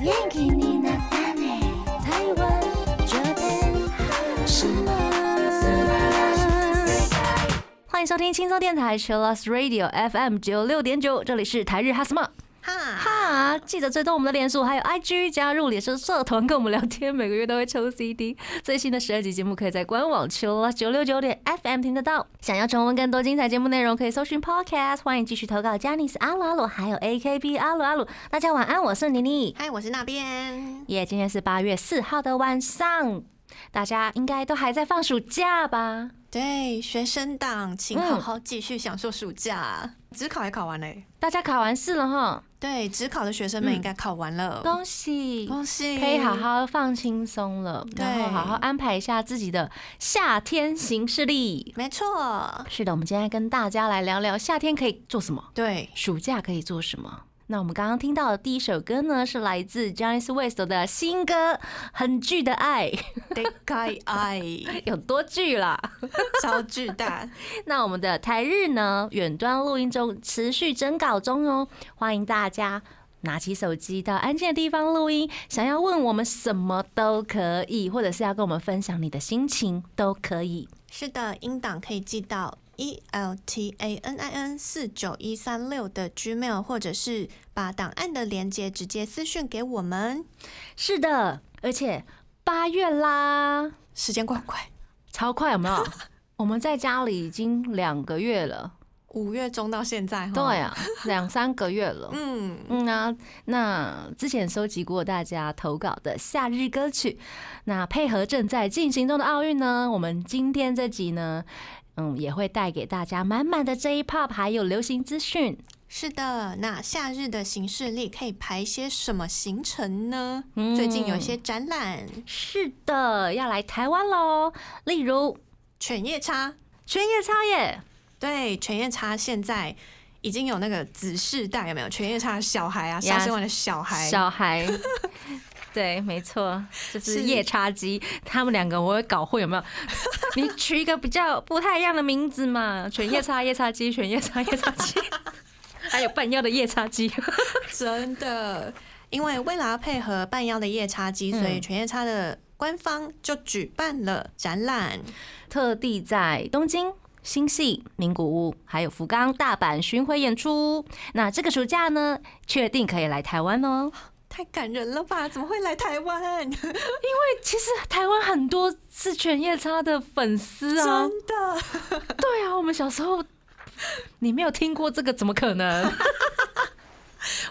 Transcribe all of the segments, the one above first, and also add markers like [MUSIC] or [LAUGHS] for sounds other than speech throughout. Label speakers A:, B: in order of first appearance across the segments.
A: 元気になったね台湾这边什么
B: 欢迎收听轻松电台 Chillus Radio FM 九六点九，这里是台日哈什么
C: 哈，
B: 哈，记得追踪我们的脸书还有 IG，加入脸书社团跟我们聊天，每个月都会抽 CD。最新的十二集节目可以在官网 Chillus 九六九点 FM 听得到。想要重温更多精彩节目内容，可以搜寻 Podcast。欢迎继续投稿 j a n i c e 阿鲁阿鲁还有 AKB 阿鲁阿鲁。大家晚安，我是妮妮。
C: 嗨，我是那边。
B: 耶、今天是八月四号的晚上，大家应该都还在放暑假吧？
C: 对，学生党，请
B: 嗯
C: 好好继续享受暑假。职考也考完嘞，
B: 大家考完试了哈，
C: 对，职考的学生们
B: 嗯
C: 应该考完了，
B: 恭喜！
C: 恭喜，
B: 可以好。好放轻松了，
C: 对
B: 然后好好安排一下自己的夏天行事历。
C: 没错，
B: 是的，我们今天跟大家来聊聊夏天可以做什么，
C: [LAUGHS] 对，
B: 暑假可以做什么。那我们刚刚听到的第一首歌呢，是来自 j o h n n y West 的新歌《很巨的爱》， [LAUGHS]
C: 得该爱， [LAUGHS]
B: 有多巨啦？
C: 超巨大。
B: 那我们的台日呢，远端录音中持续征稿中哦，欢迎大家拿起手机到安静的地方录音，想要问我们什么都可以，或者是要跟我们分享你的心情都可以。
C: 是的，音档可以寄到 e l t a n i n 四九一三六的 Gmail，或者是把档案的连接直接私讯给我们。
B: 是的，而且八月啦，
C: 时间过很快，
B: 超快有没有？我们在家里已经两个月了，
C: 五月中到现在，
B: 对，啊，两三个月了。
C: 嗯，
B: 嗯啊，那之前收集过大家投稿的夏日歌曲，那配合正在进行中的奥运呢，我们今天这集呢，嗯，也会带给大家满满的 J-pop 还有流行资讯。
C: 是的，那夏日的行事历可以排些什么行程呢？
B: 嗯
C: 最近有一些展览，
B: 是的，要来台湾喽，例如
C: 犬夜叉，
B: 全夜超耶，
C: 对，犬夜叉现在已经有那个子世代，有没有？犬夜叉的小孩
B: 呀
C: 啊，杀生丸的小孩，
B: 小孩。 [LAUGHS] 对，没错，就是
C: 是
B: 夜叉姬，他们两个我会搞混，有没有？ [LAUGHS] 你取一个比较不太一样的名字嘛，犬夜 [LAUGHS] 叉、夜叉姬、犬夜叉、夜叉 [LAUGHS] 姬，还有半妖的夜叉姬。
C: 真的，因为为了要配合半妖的夜叉姬，所以
B: 嗯
C: 犬夜叉的官方就举办了展览。
B: 特地在东京。新系、名古屋还有福冈、大阪巡回演出，那这个暑假呢，确定可以来台湾哦。
C: 太感人了吧？怎么会来台湾？真
B: 哎其实台湾很多是犬夜叉的粉丝
C: [LAUGHS]
B: 啊，
C: 的，
B: 对啊，我们小时候你没有听过这个，怎么可能？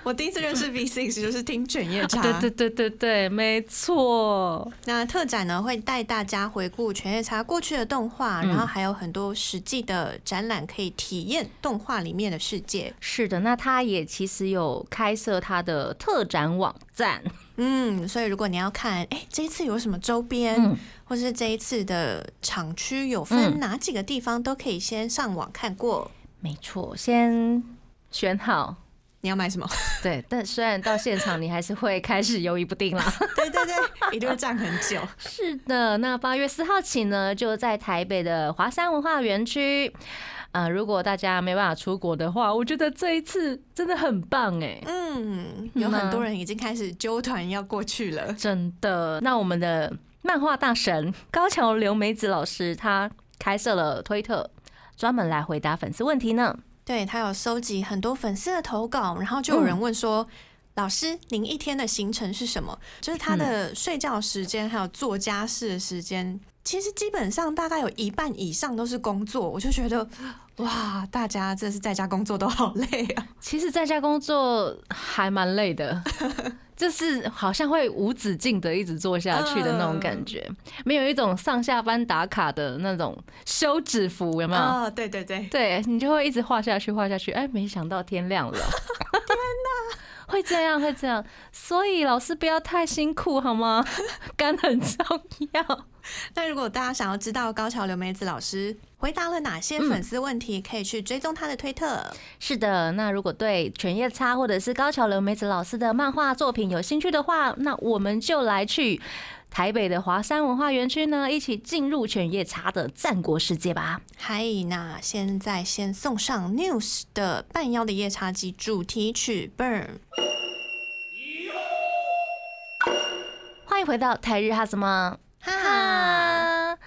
C: 我第一次认识 V Six 就是听犬夜叉。
B: [LAUGHS] 啊对对对对对，没错。
C: 那特展呢会带大家回顾《犬夜叉》过去的动画，然后还有很多实际的展览可以体验动画里面的世界。
B: 是的，那他也其实有开设他的特展网站，
C: 嗯，所以如果你要看，哎、这一次有什么周边，
B: 嗯
C: 或是这一次的厂区有分哪几个地方，都可以先上网看过。
B: 没错，先选好。
C: 你要买什么？
B: 对，但虽然到现场你还是会开始犹疑不定啦。
C: [LAUGHS] 对对对，一定会站很久。
B: [LAUGHS] 是的，那八月四号起呢，就在台北的华山文化园区。呃，如果大家没办法出国的话，我觉得这一次真的很棒哎，
C: 嗯，有很多人已经开始揪团要过去了。
B: 真的。那我们的漫画大神高桥留美子老师，他开设了推特，专门来回答粉丝问题呢。
C: 对他有收集很多粉丝的投稿，然后就有人问说。老师，您一天的行程是什么？就是他的睡觉时间，还有做家事的时间，其实基本上大概有一半以上都是工作。我就觉得，哇，大家这是在家工作都好累啊！
B: 其实在家工作还蛮累 [LAUGHS] 的，就是好像会无止境的一直做下去的那种感觉，没有一种上下班打卡的那种休止符，有没有？
C: 啊、对对对，
B: 对你就会一直画下去，画下去，哎，没想到天亮 [LAUGHS] 了，天哪！ [LAUGHS] 会这样，会这样，所以老师不要太辛苦好吗？ [LAUGHS] 肝很重要。
C: 那如果大家想要知道高桥留美子老师回答了哪些粉丝问题，可以去追踪他的推特。
B: 是的，那如果对犬夜叉或者是高桥留美子老师的漫画作品有兴趣的话，那我们就来去台北的华山文化园区呢，一起进入犬夜叉的战国世界吧。
C: 嗨，那现在先送上 News 的《半妖的夜叉姬》主题曲《Burn》。
B: 回到台日哈什么
C: 哈哈，
B: 哈？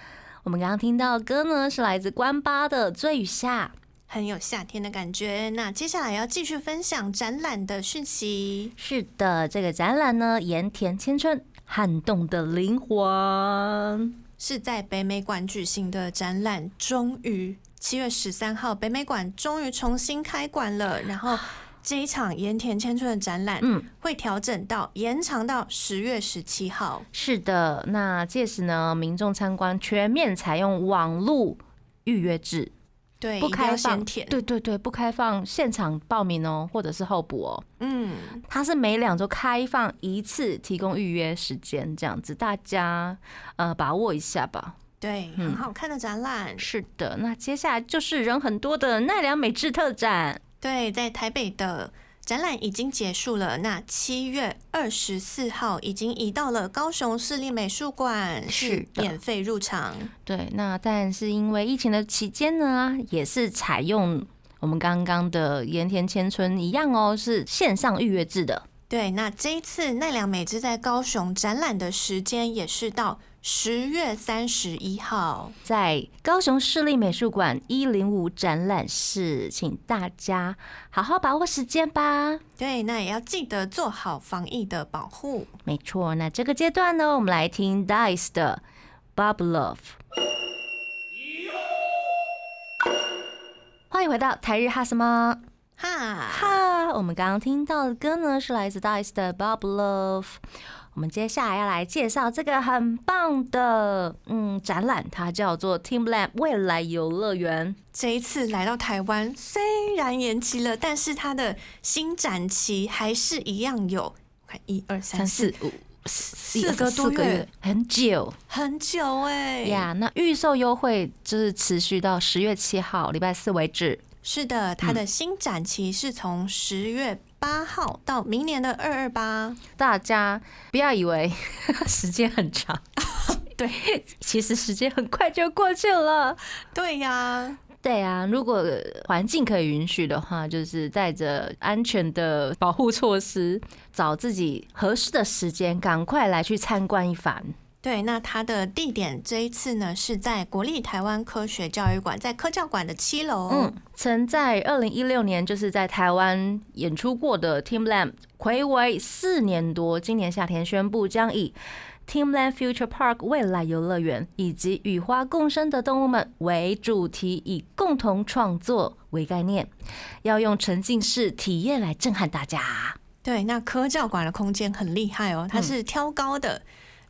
B: 我们刚刚听到的歌呢，是来自关八的《醉与下》。
C: 很有夏天的感觉。那接下来要继续分享展览的讯息。
B: 是的，这个展览呢，盐田千春撼动的灵魂。
C: 是在北美馆举行的展览，终于七月十三号，北美馆终于重新开馆了。
B: [SIGHS]
C: 然后这一场盐田千春的展览
B: 嗯，
C: 会调整到延长到十月十七号。
B: 是的，那届时呢，民众参观全面采用网络预约制，
C: 对，
B: 不
C: 一定要
B: 开
C: 先
B: 放。
C: 填。
B: 对对对，不开放现场报名哦，或者是候补哦。
C: 嗯，
B: 它是每两周开放一次，提供预约时间，这样子大家呃把握一下吧。
C: 对，
B: 嗯
C: 很好看的展览。
B: 是的，那接下来就是人很多的奈良美智特展。
C: 对，在台北的展览已经结束了，那七月二十四号已经移到了高雄市立美术馆，
B: 是
C: 是
B: 的
C: 免费入场。
B: 对，那但是因为疫情的期间呢，也是采用我们刚刚的盐田千春一样哦，是线上预约制的。
C: 对，那这一次奈良美智在高雄展览的时间也是到十月三十一号。
B: 在高雄市立美术馆一零五展览室，请大家好好把握时间吧。
C: 对，那也要记得做好防疫的保护。
B: 没错，那这个阶段呢，我们来听 Dice 的《Bob Love》。欢迎回到台日哈什么
C: 哈，
B: 哈！我们刚刚听到的歌呢，是来自 Dice 的《Bob Love》。我们接下来要来介绍这个很棒的嗯展览，它叫做 Teamland 未来游乐园。
C: 这一次来到台湾，虽然延期了，但是它的新展期还是一样有。我看一二三四，
B: 五四
C: 四个多月，
B: 很久
C: 很久哎、
B: 呀。那预售优惠就是持续到十月七号礼拜四为止。
C: 是
B: 嗯
C: 的，它的新展期是从十月八号到明年的二二八。
B: 大家不要以为 [LAUGHS] 时间很
C: [LAUGHS]
B: 长，对， [LAUGHS] 其实时间很快就过去了。
C: 对呀、
B: 对啊，如果环境可以允许的话，就是带着安全的保护措施，找自己合适的时间，赶快来去参观一番。
C: 对，那它的地点这一次呢是在国立台湾科学教育馆，在科教馆的七楼。
B: 嗯，，曾在二零一六年就是在台湾演出过的 Teamland，暌违四年多，今年夏天宣布将以 Teamland Future Park 未来游乐园以及与花共生的动物们为主题，以共同创作为概念，要用沉浸式体验来震撼大家。
C: 对，那科教馆的空间很厉害
B: 嗯
C: 哦，它是挑高的。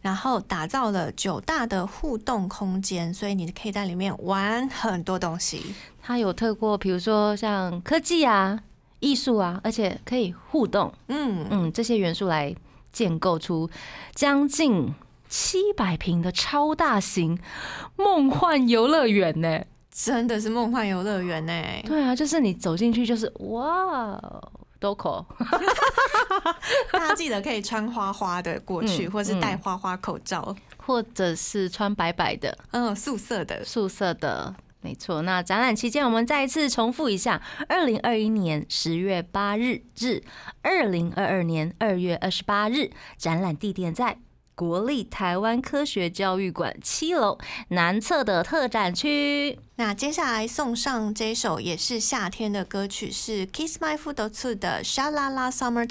C: 然后打造了九大的互动空间，所以你可以在里面玩很多东西。
B: 它有透过比如说像科技啊、艺术啊，而且可以互动。
C: 嗯，
B: 嗯，这些元素来建构出将近七百平的超大型梦幻游乐园呢。
C: 真的是梦幻游乐园呢、
B: [LAUGHS] 对啊，就是你走进去就是哇，Doco，哦
C: 大家记得可以穿花花的过去，
B: 嗯
C: 或是戴花花口罩，
B: 或者是穿白白的
C: 嗯，素色的。
B: 素色的。没错，那展览期间我们再一次重复一下：二零二一年十月八日至二零二二年二月二十八日，展览地点在国立台湾科学教育馆七楼南侧的特展区。
C: 那接下来送上这首也是夏天的歌曲，是 Kiss My Foot 的《Sha La La Summertime》。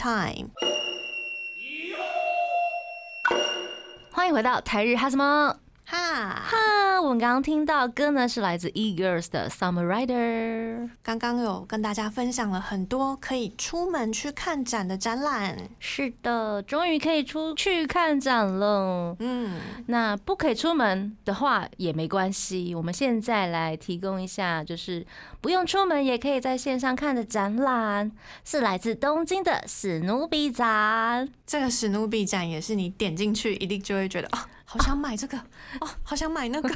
B: 欢迎回到台日哈什么啊
C: 哈，
B: 哈？我们刚刚听到的歌呢是来自 E Girls 的《Summer Rider》。
C: 刚刚有跟大家分享了很多可以出门去看展的展览。
B: 是的，终于可以出去看展了。
C: 嗯，
B: 那不可以出门的话也没关系，我们现在来提供一下，就是不用出门也可以在线上看的展览，是来自东京的史努比展。
C: 这个史努比展也是你点进去一定就会觉得哦，好想买这个，哦，好想买那个，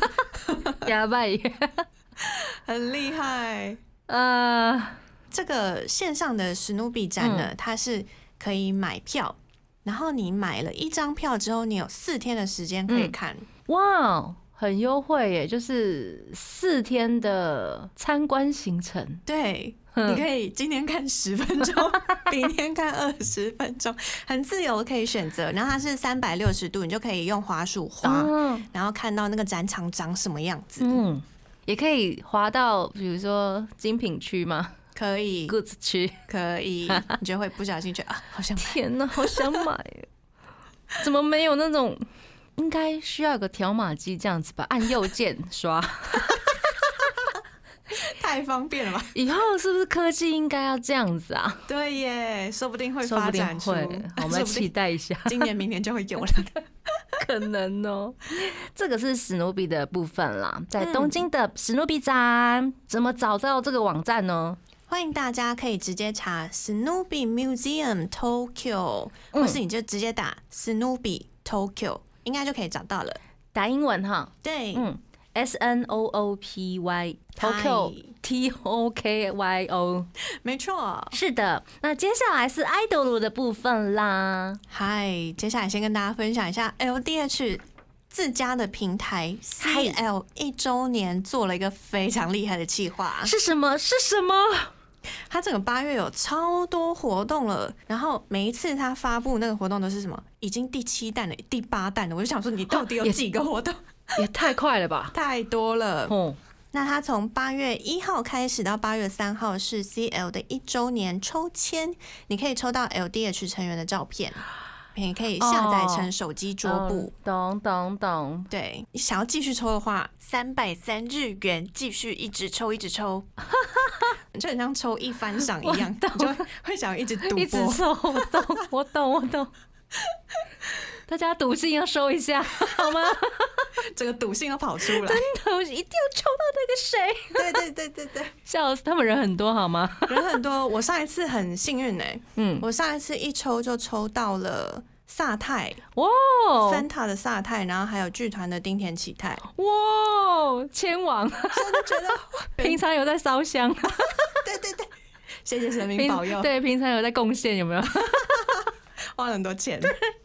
B: 呀吧，
C: [LAUGHS] 很厉害。
B: 呃，
C: 这个线上的史努比展呢，它是可以买票，然后你买了一张票之后，你有四天的时间可以
B: 嗯
C: 看。
B: 哇，很优惠耶，就是四天的参观行程。
C: 对，你可以今天看十分
B: [LAUGHS]
C: 钟，明天看二十分钟，很自由可以选择。然后它是三百六十度，你就可以用滑鼠滑，
B: 哦
C: 然后看到那个展场长什么样子。
B: 嗯，也可以滑到比如说精品区吗
C: 可以，
B: ？Goods 区？
C: 可
B: [LAUGHS]
C: 以，你就会不小心觉得啊，好像
B: 天哪，好想买耶！怎么没有那种？应该需要有个条码机这样子吧，按右键刷。
C: 太方便
B: [LAUGHS]
C: 了吧？
B: 以后是不是科技应该要这样子啊？
C: 对耶，说不定会
B: 说
C: 发
B: 不定
C: 展出，
B: 会，好，
C: [LAUGHS]
B: 我们来
C: 说不定
B: 期待一下。
C: 今年明年就会有
B: [LAUGHS]
C: 了。
B: 可能哦。这个是史努比的部分啦，在
C: 嗯
B: 东京的史努比展，怎么找到这个网站呢？
C: 欢迎大家可以直接查 Snoopy Museum Tokyo，、
B: 嗯
C: 或是你就直接打 Snoopy Tokyo，应该就可以找到了。
B: 打英文哈，
C: 对，
B: 嗯，S N O O P Y Tokyo T O K Y O，
C: 没错。
B: 是的。那接下来是 idol 的部分啦，
C: 嗨，接下来先跟大家分享一下 LDH 自家的平台 CL 一周年做了一个非常厉害的企划，
B: 是什么？是什么？
C: 它整个八月有超多活动了，然后每一次它发布那个活动都是什么，已经第七弹了，第八弹了，我就想说你到底有
B: 也
C: 几个活动？
B: 也太快了吧！
C: 哦太多了。
B: 哦，
C: 那它从八月一号开始到八月三号是 CL 的一周年抽签，你可以抽到 LDH 成员的照片，也可以下载成手机桌布。
B: 嗯懂懂懂，
C: 对，你想要继续抽的话，三百三日元继续一直抽，一直抽，
B: [LAUGHS]
C: 就很像抽一番赏一样，你就会会想要一直赌
B: [LAUGHS] 一直
C: 博。
B: 收，我懂，我懂，我 [LAUGHS] 懂。大家赌性要收一下，好 [LAUGHS] 吗？
C: 整个赌性都跑出来。
B: 我一定要抽到那个谁。
C: 对对对对对，
B: 笑死，他们人很多好吗？
C: 人很多。我上一次很幸运哎、
B: 嗯，
C: 我上一次一抽就抽到了萨泰
B: 哇
C: 三塔的萨泰，然后还有剧团的丁田启 [LAUGHS] 泰，
B: 哇，千王
C: 真的觉得
B: 平常有在烧香，
C: 对对对， [LAUGHS] 谢谢神明
B: 平
C: 保佑，
B: 对，平常有在贡献，有 [LAUGHS] 没有？
C: 花了很多 [LAUGHS] 钱。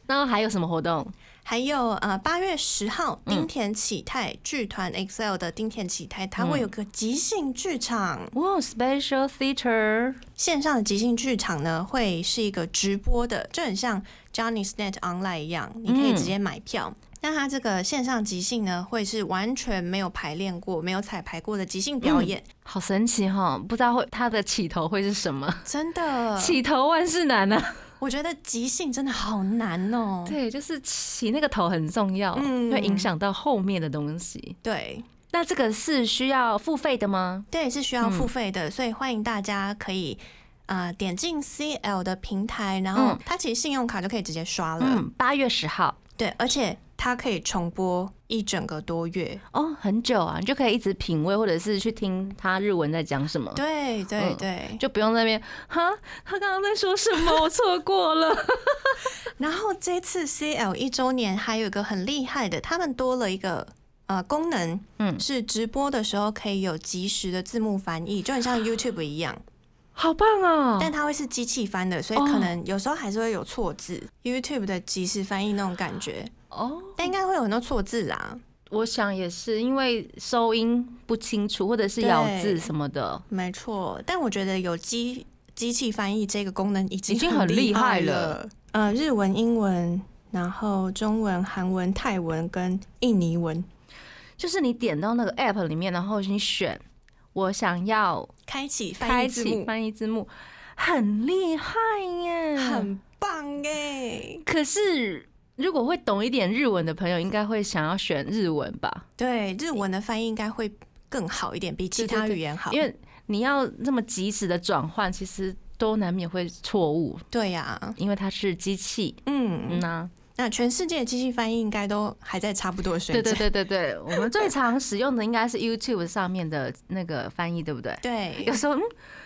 B: 然后还有什么活动？
C: 还有呃，八月十号，
B: 嗯
C: 丁田启泰剧团 EXILE 的丁田启泰，他会有个即兴剧场，
B: 哇，Special Theater，
C: 线上的即兴剧场呢会是一个直播的，就很像 Johnny's Net Online 一样，你可以直接买票。那它这个线上即兴呢，会是完全没有排练过、没有彩排过的即兴表演，
B: 好神奇哈、不知道会它的起头会是什么？
C: 真的，
B: 起头万事难啊！
C: 我觉得即兴真的好难
B: [LAUGHS]
C: 哦、
B: 对，就是起那个头很重要，
C: 嗯
B: 会影响到后面的东西。
C: 对
B: 那这个是需要付费的吗？
C: 对，是需要
B: 嗯
C: 付费的，所以欢迎大家可以呃点进 CL 的平台，然后
B: 嗯
C: 它其实信用卡就可以直接刷了，
B: 嗯，八月十号
C: 对，而且它可以重播一整个多月，
B: 哦，很久啊，你就可以一直品味，或者是去听他日文在讲什么。
C: 对对
B: 嗯
C: 对。
B: 就不用在那边哈，他刚刚在说什么？我错过了。 [LAUGHS]
C: 然后这次 CL 一周年还有一个很厉害的，他们多了一个呃功能，
B: 嗯
C: 是直播的时候可以有及时的字幕翻译，就很像 YouTube 一样，
B: 哦好棒啊、
C: [LAUGHS] 但它会是机器翻的，所以
B: 哦
C: 可能有时候还是会有错字、y o u t u b e 的即时翻译那种感觉，
B: 哦，
C: 但应该会有很多错字啦。
B: 我想也是，因为收音不清楚，或者是咬字什么的，
C: 没错，但我觉得有机机器翻译这个功能已经
B: 已经很厉害
C: 害
B: 了。
C: 呃，日文、英文，然后中文、韩文、泰文跟印尼文，
B: 就是你点到那个 app 里面，然后你选我想要
C: 开启翻
B: 开
C: 译字
B: 启
C: 幕。
B: 翻译字幕，很厉害耶！
C: 很棒哎！
B: 可是如果会懂一点日文的朋友，应该会想要选日文吧，
C: 对，日文的翻译应该会更好一点，比其他
B: 对对对
C: 语言好。
B: 因为你要这么及时的转换，其实都难免会错误，
C: 对呀、
B: 因为它是机器。嗯
C: 嗯，
B: 呐、
C: 那全世界的机器翻译应该都还在差不多的水
B: 对
C: 准。
B: 对对对对，我们最常使用的应该是 YouTube 上面的那个翻译，对不对？[LAUGHS]
C: 对
B: 有时候，嗯，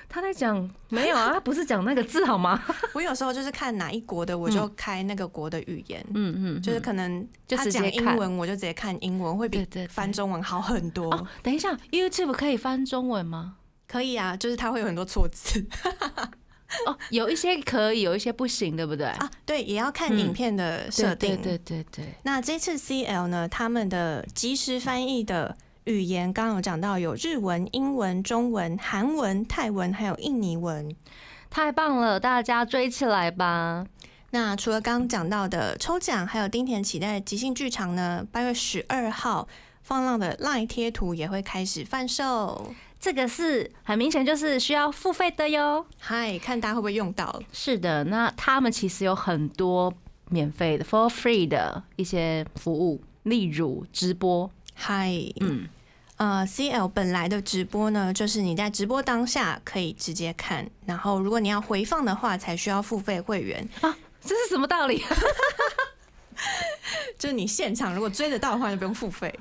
B: 他在讲没有啊，他不是讲那个字好吗？
C: 我有时候就是看哪一国的，我就开那个国的语言，
B: [LAUGHS] 嗯嗯，
C: 就是可能
B: 就
C: 他
B: 直接
C: 讲
B: 看
C: 英文，我就直接看英文，会
B: 对
C: 比
B: 对对
C: 翻中文好很多。
B: 哦，等一下，YouTube 可以翻中文吗？
C: 可以啊，就是它会有很多错字
B: 哦，有一些可以，有一些不行，对不对？
C: [LAUGHS] 啊，对，也要看
B: 嗯
C: 影片的设定。
B: 对对对对对，
C: 那这次 CL 呢，他们的即时翻译的语言刚刚有讲到有日文、英文、中文、韩文、泰文，还有印尼文。
B: 太棒了，大家追起来吧！
C: 那除了刚刚讲到的抽奖，还有丁田期待即兴剧场呢，八月十二号放浪的 LINE 贴图也会开始贩售。
B: 这个是很明显就是需要付费的哟。
C: 嗨，看大家会不会用到？
B: 是的，那他们其实有很多免费的 for free 的一些服务，例如直播，
C: 嗨，
B: 嗯，
C: 呃，CL 本来的直播呢，就是你在直播当下可以直接看，然后如果你要回放的话，才需要付费会员。
B: 这是什么道理？ [LAUGHS]
C: 就是你现场如果追得到的话，就不用付 [LAUGHS] 费。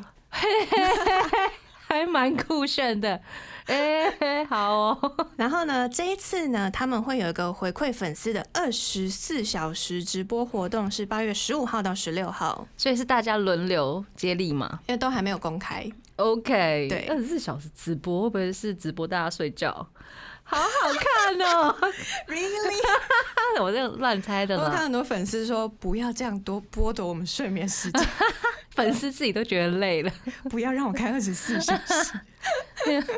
B: 还蛮酷炫的，哎、好哦， [LAUGHS]
C: 然后呢，这一次呢，他们会有一个回馈粉丝的二十四小时直播活动，是八月十五号到十六号，
B: 所以是大家轮流接力嘛
C: 因为都还没有公开。
B: ？OK，
C: 对
B: 二十四小时直播会不会是直播大家睡觉？好好看哦！ [LAUGHS]
C: [LAUGHS] Really？
B: 我这乱猜的
C: 我看
B: 啦，
C: 很多粉丝说不要这样多剥夺我们睡眠时 [LAUGHS] 间，
B: 粉丝自己都觉得累了，, [LAUGHS]
C: 不要让我开二十四小时，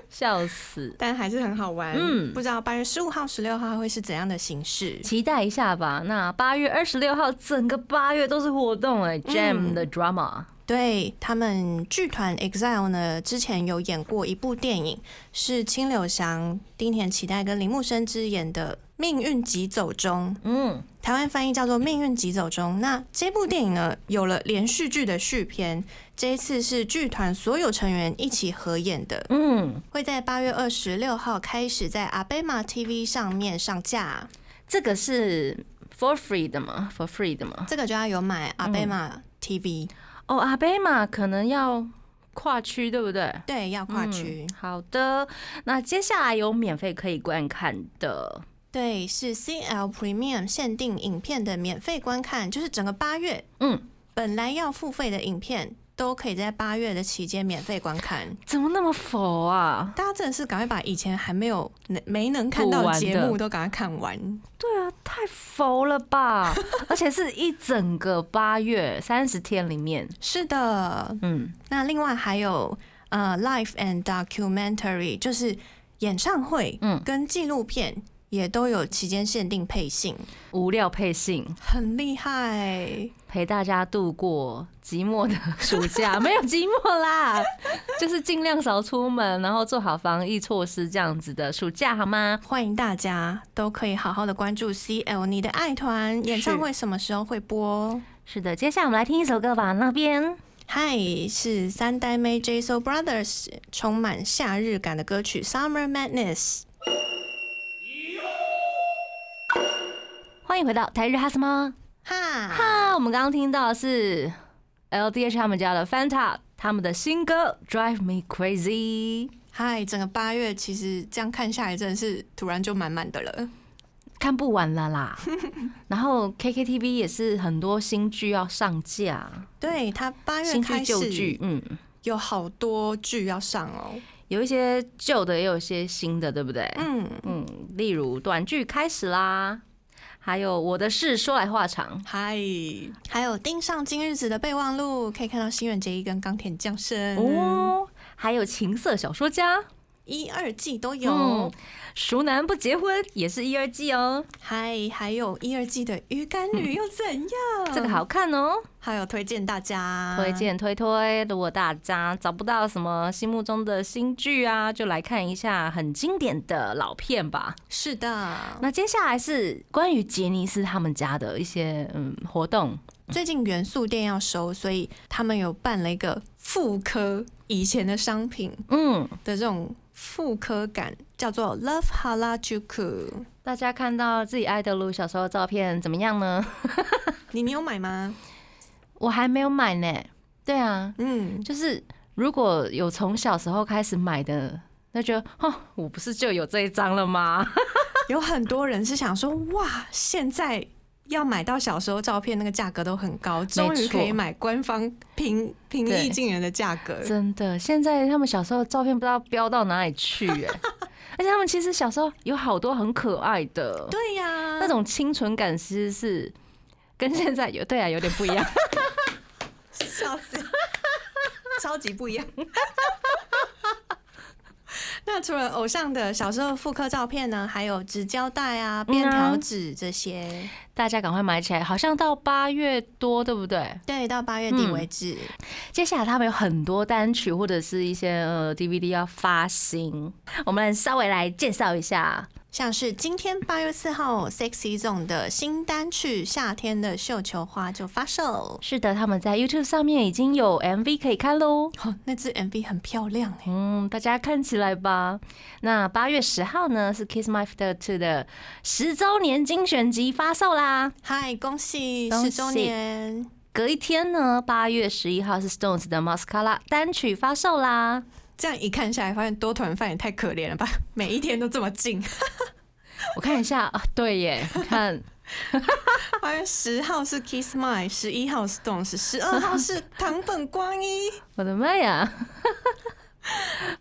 B: 笑死！
C: 但还是很好玩。
B: 嗯
C: 嗯，不知道八月十五号、十六号会是怎样的形式？
B: 期待一下吧。那八月二十六号，整个八月都是活动
C: 嗯
B: 哎、j a m 的 drama，
C: 对他们剧团 EXILE 呢，之前有演过一部电影，是青柳祥、丁田启代跟铃木伸之演的《命运急走中》，
B: 嗯，
C: 台湾翻译叫做《命运急走中》。那这部电影呢，有了连续剧的续篇，这一次是剧团所有成员一起合演的，
B: 嗯，
C: 会在八月二十六号开始在 ABEMA TV 上面上架。
B: 这个是 for free 的嘛？for free 的嘛？
C: 这个就要有买 ABEMA TV，、
B: 哦，阿贝嘛，可能要跨区，对不对？
C: 对，要跨区。
B: 嗯好的，那接下来有免费可以观看的，
C: 对，是 CL Premium 限定影片的免费观看，就是整个八月，
B: 嗯，
C: 本来要付费的影片都可以在八月的期间免费观看。
B: 怎么那么佛啊？
C: 大家真的是赶快把以前还没有能没能看到
B: 补
C: 的
B: 完
C: 节
B: 的
C: 目都赶快看完。
B: 对啊，太佛了吧！而且是一整个八月三十天里面，
C: 是的，
B: 嗯，
C: 那另外还有呃，Life and Documentary，就是演唱会，
B: 嗯
C: 跟纪录片也都有期间限定配信，
B: 无料配信
C: 很厉害。
B: 陪大家度过寂寞的暑假， [LAUGHS] 没有寂寞啦，就是尽量少出门，然后做好防疫措施这样子的暑假好吗？
C: 欢迎大家都可以好好的关注 CL 你的爱团演唱会什么时候会播？
B: 是的，接下来我们来听一首歌吧，那边
C: 嗨，是三代妹 JSO Brothers 充满夏日感的歌曲《Summer Madness》。
B: 欢迎回到台日哈什么？
C: 哈，
B: 哈，我们刚刚听到的是 LDH 他们家的 Fanta 他们的新歌《Drive Me Crazy》，
C: 嗨，整个八月其实这样看下来，真的是突然就满满的了。
B: 看不完了
C: [LAUGHS]
B: 啦。然后 KKTV 也是很多新剧要上架，
C: 对他八月
B: 新
C: 开
B: 剧旧剧
C: 始，
B: 嗯，
C: 有好多剧要上哦。
B: 有一些旧的，也有一些新的，对不对？
C: 嗯，
B: 嗯，例如短剧开始啦，还有我的事说来话长，
C: 嗨，还有盯上今日子的备忘录，可以看到新垣结衣跟冈田将生哦，
B: 哦，还有情色小说家，
C: 一二季都有。
B: 嗯熟男不结婚也是一二季哦，
C: 嗨，还有一二季的鱼干
B: 嗯
C: 女又怎样？
B: 这个，好看哦。
C: 还有推荐大家，
B: 推荐推推，如果大家找不到什么心目中的新剧啊，就来看一下很经典的老片吧。
C: 是的。
B: 那接下来是关于杰尼斯他们家的一些嗯活动，
C: 最近元素店要收，所以他们有办了一个复刻以前的商品
B: 嗯，
C: 的这种复刻感，叫做 Love Harajuku。
B: 大家看到自己爱的路小时候的照片怎么样呢？
C: 你你有买吗？
B: 我还没有买呢。对啊，
C: 嗯，
B: 就是如果有从小时候开始买的，那就哦，我不是就有这一张了吗？
C: 有很多人是想说，哇，现在。要买到小时候照片，那个价格都很高，终于可以买官方平平易近人的价格。
B: 真的，现在他们小时候的照片不知道飙到哪里去哎、而且他们其实小时候有好多很可爱的，
C: 对啊呀、
B: 那种清纯感其实是跟现在有对啊有点不一样。 [LAUGHS]
C: 笑死，超级不一样。 [LAUGHS] 那除了偶像的小时候复刻照片呢，还有纸胶带
B: 嗯
C: 啊、便条纸这些。
B: 大家赶快买起来，好像到八月多，对不对？
C: 对，到八月底为止。
B: 接下来他们有很多单曲或者是一些呃 DVD 要发行，我们稍微来介绍一下。
C: 像是今天八月四号，Sexy Zone 的新单曲《夏天的绣球花》就发售。
B: 是的，他们在 YouTube 上面已经有 MV 可以看喽。
C: 哦，那支 MV 很漂亮哎、
B: 嗯，大家看起来吧。那八月十号呢是 Kiss My After Two 的十周年精选集发售啦。
C: 嗨，恭喜
B: 恭喜
C: 十周年！
B: 隔一天呢，八月十一号是 Stones 的 Mascara 单曲发售啦。
C: 这样一看下来，发现多团饭也太可怜了吧，每一天都这么近。
B: 我看一下啊，对耶，我看
C: 八月十号是 Kiss My，十一号是 Stones，十二
B: [LAUGHS]
C: 号是堂本光一。
B: 我的妈呀！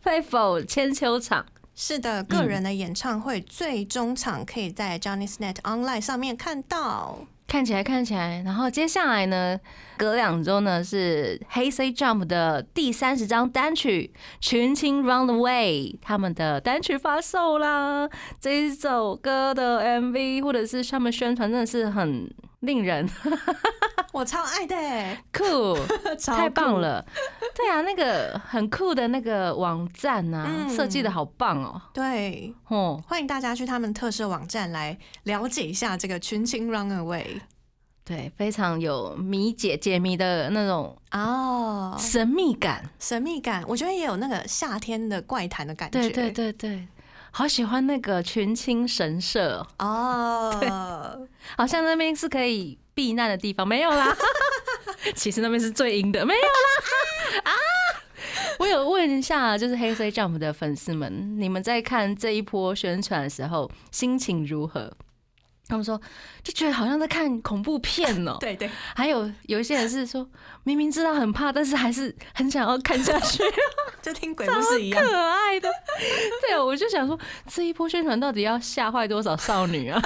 B: [LAUGHS] 佩否千秋场？
C: 是的，个人的演唱会最终场可以在 Johnny's Net Online 上面
B: [LAUGHS]
C: 看到。
B: 看起来，看起来，然后接下来呢，隔两周呢是 Hey Say Jump 的第三十张单曲《群情 Run Away》他们的单曲发售啦。这一首歌的 MV 或者是他们宣传真的是很令人 [LAUGHS]
C: 我超爱的欸，
B: 酷，
C: 超
B: 太
C: 酷
B: 棒！了。对啊，那个很酷的那个网站啊，
C: 嗯
B: 设计的好棒哦。
C: 对，
B: 哦，
C: 欢迎大家去他们特设网站来了解一下这个群情 Runaway
B: 对，非常有谜解解谜的那种
C: 哦，
B: 神秘感。
C: 神秘感，我觉得也有那个夏天的怪谈的感觉。
B: 对对对对，好喜欢那个群青神社哦，
C: 哦，
B: 好像那边是可以避难的地方，没有啦。 [LAUGHS] 其实那边是最阴的，没有啦。 [LAUGHS] 啊，我有问一下，就是黑 C Jump 的粉丝们，你们在看这一波宣传的时候心情如何？他们说就觉得好像在看恐怖片 [LAUGHS] 哦、
C: 对对，
B: 还有有一些人是说明明知道很怕，但是还是很想要看下去。
C: 就听鬼故事一样。
B: 可爱的。 [LAUGHS] 对，我就想说，这一波宣传到底要吓坏多少少女啊？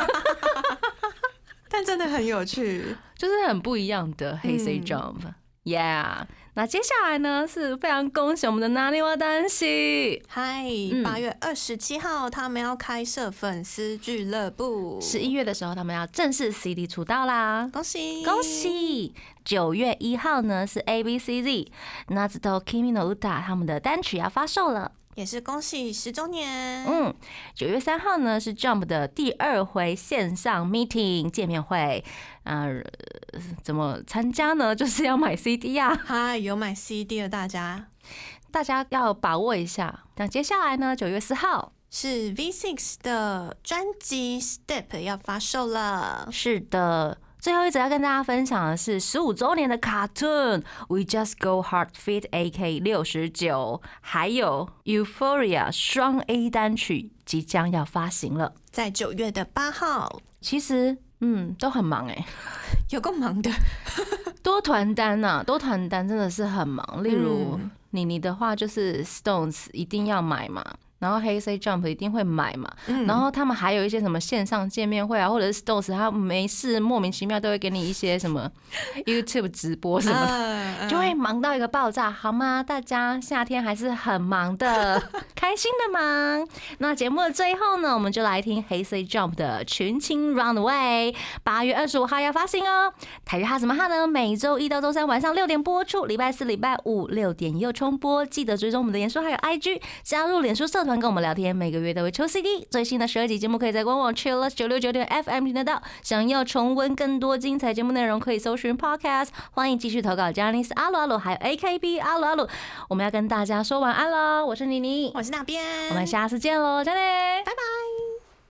B: [LAUGHS]
C: 但真的很有趣。
B: 就是很不一样的黑
C: 嗯
B: C Jump。Yeah，那接下来呢是非常恭喜我们的纳尼瓦丹西，
C: 嗨，
B: 嗯
C: 八月二十七号，他们要开设粉丝俱乐部，
B: 十一月的时候他们要正式 CD 出道啦。
C: 恭喜
B: 恭！喜！九月一号呢是 A B C Z Natsuto Kimi no Uta 他们的单曲要发售了。
C: 也是恭喜十周年。
B: 嗯，九月三号呢是 Jump 的第二回线上 meeting 见面会，呃，怎么参加呢？ [LAUGHS] 就是要买 CD 啊，
C: 嗨，有买 CD 的大家
B: 大家要把握一下。那接下来呢，九月四号，
C: 是 V6 的专辑 Step 要发售了。
B: 是的。最后一则要跟大家分享的是十五周年的 Cartoon We Just Go Hard Fit AK 六十九，还有 Euphoria 双 A 单曲即将要发行了。
C: 在九月的八号，
B: 其实，嗯，都很忙哎、
C: 有够忙的，
B: 多团单呐、多团单真的是很忙。例如
C: 嗯
B: 你你的话就是 Stones 一定要买嘛，然后黑 C Jump 一定会买嘛，
C: 嗯
B: 然后他们还有一些什么线上见面会啊，或者是 Stones 他没事莫名其妙都会给你一些什么 [LAUGHS] YouTube 直播 [LAUGHS] 什么的。
C: 嗯
B: 就会忙到一个爆炸，好吗？大家夏天还是很忙
C: [LAUGHS]
B: 的，开心的忙。那节目的最后呢，我们就来听黑 C Jump 的《群青 Runaway》，八月二十五号要发行哦。台日哈什么哈呢？每周一到周三晚上六点播出，礼拜四、礼拜五六点又重播。记得追踪我们的脸书还有 IG，加入脸书社团跟我们聊天，每个月都会抽 CD。最新的十二集节目可以在官网 Chillus 九六九点 FM 听得到。想要重温更多精彩节目内容，可以搜寻 Podcast。欢迎继续投稿 j a n i c e 阿鲁阿鲁还有 AKB 阿鲁阿鲁。我们要跟大家说晚安喽，我是妮妮，
C: 我是那边，
B: 我们下次见喽，再见，拜拜。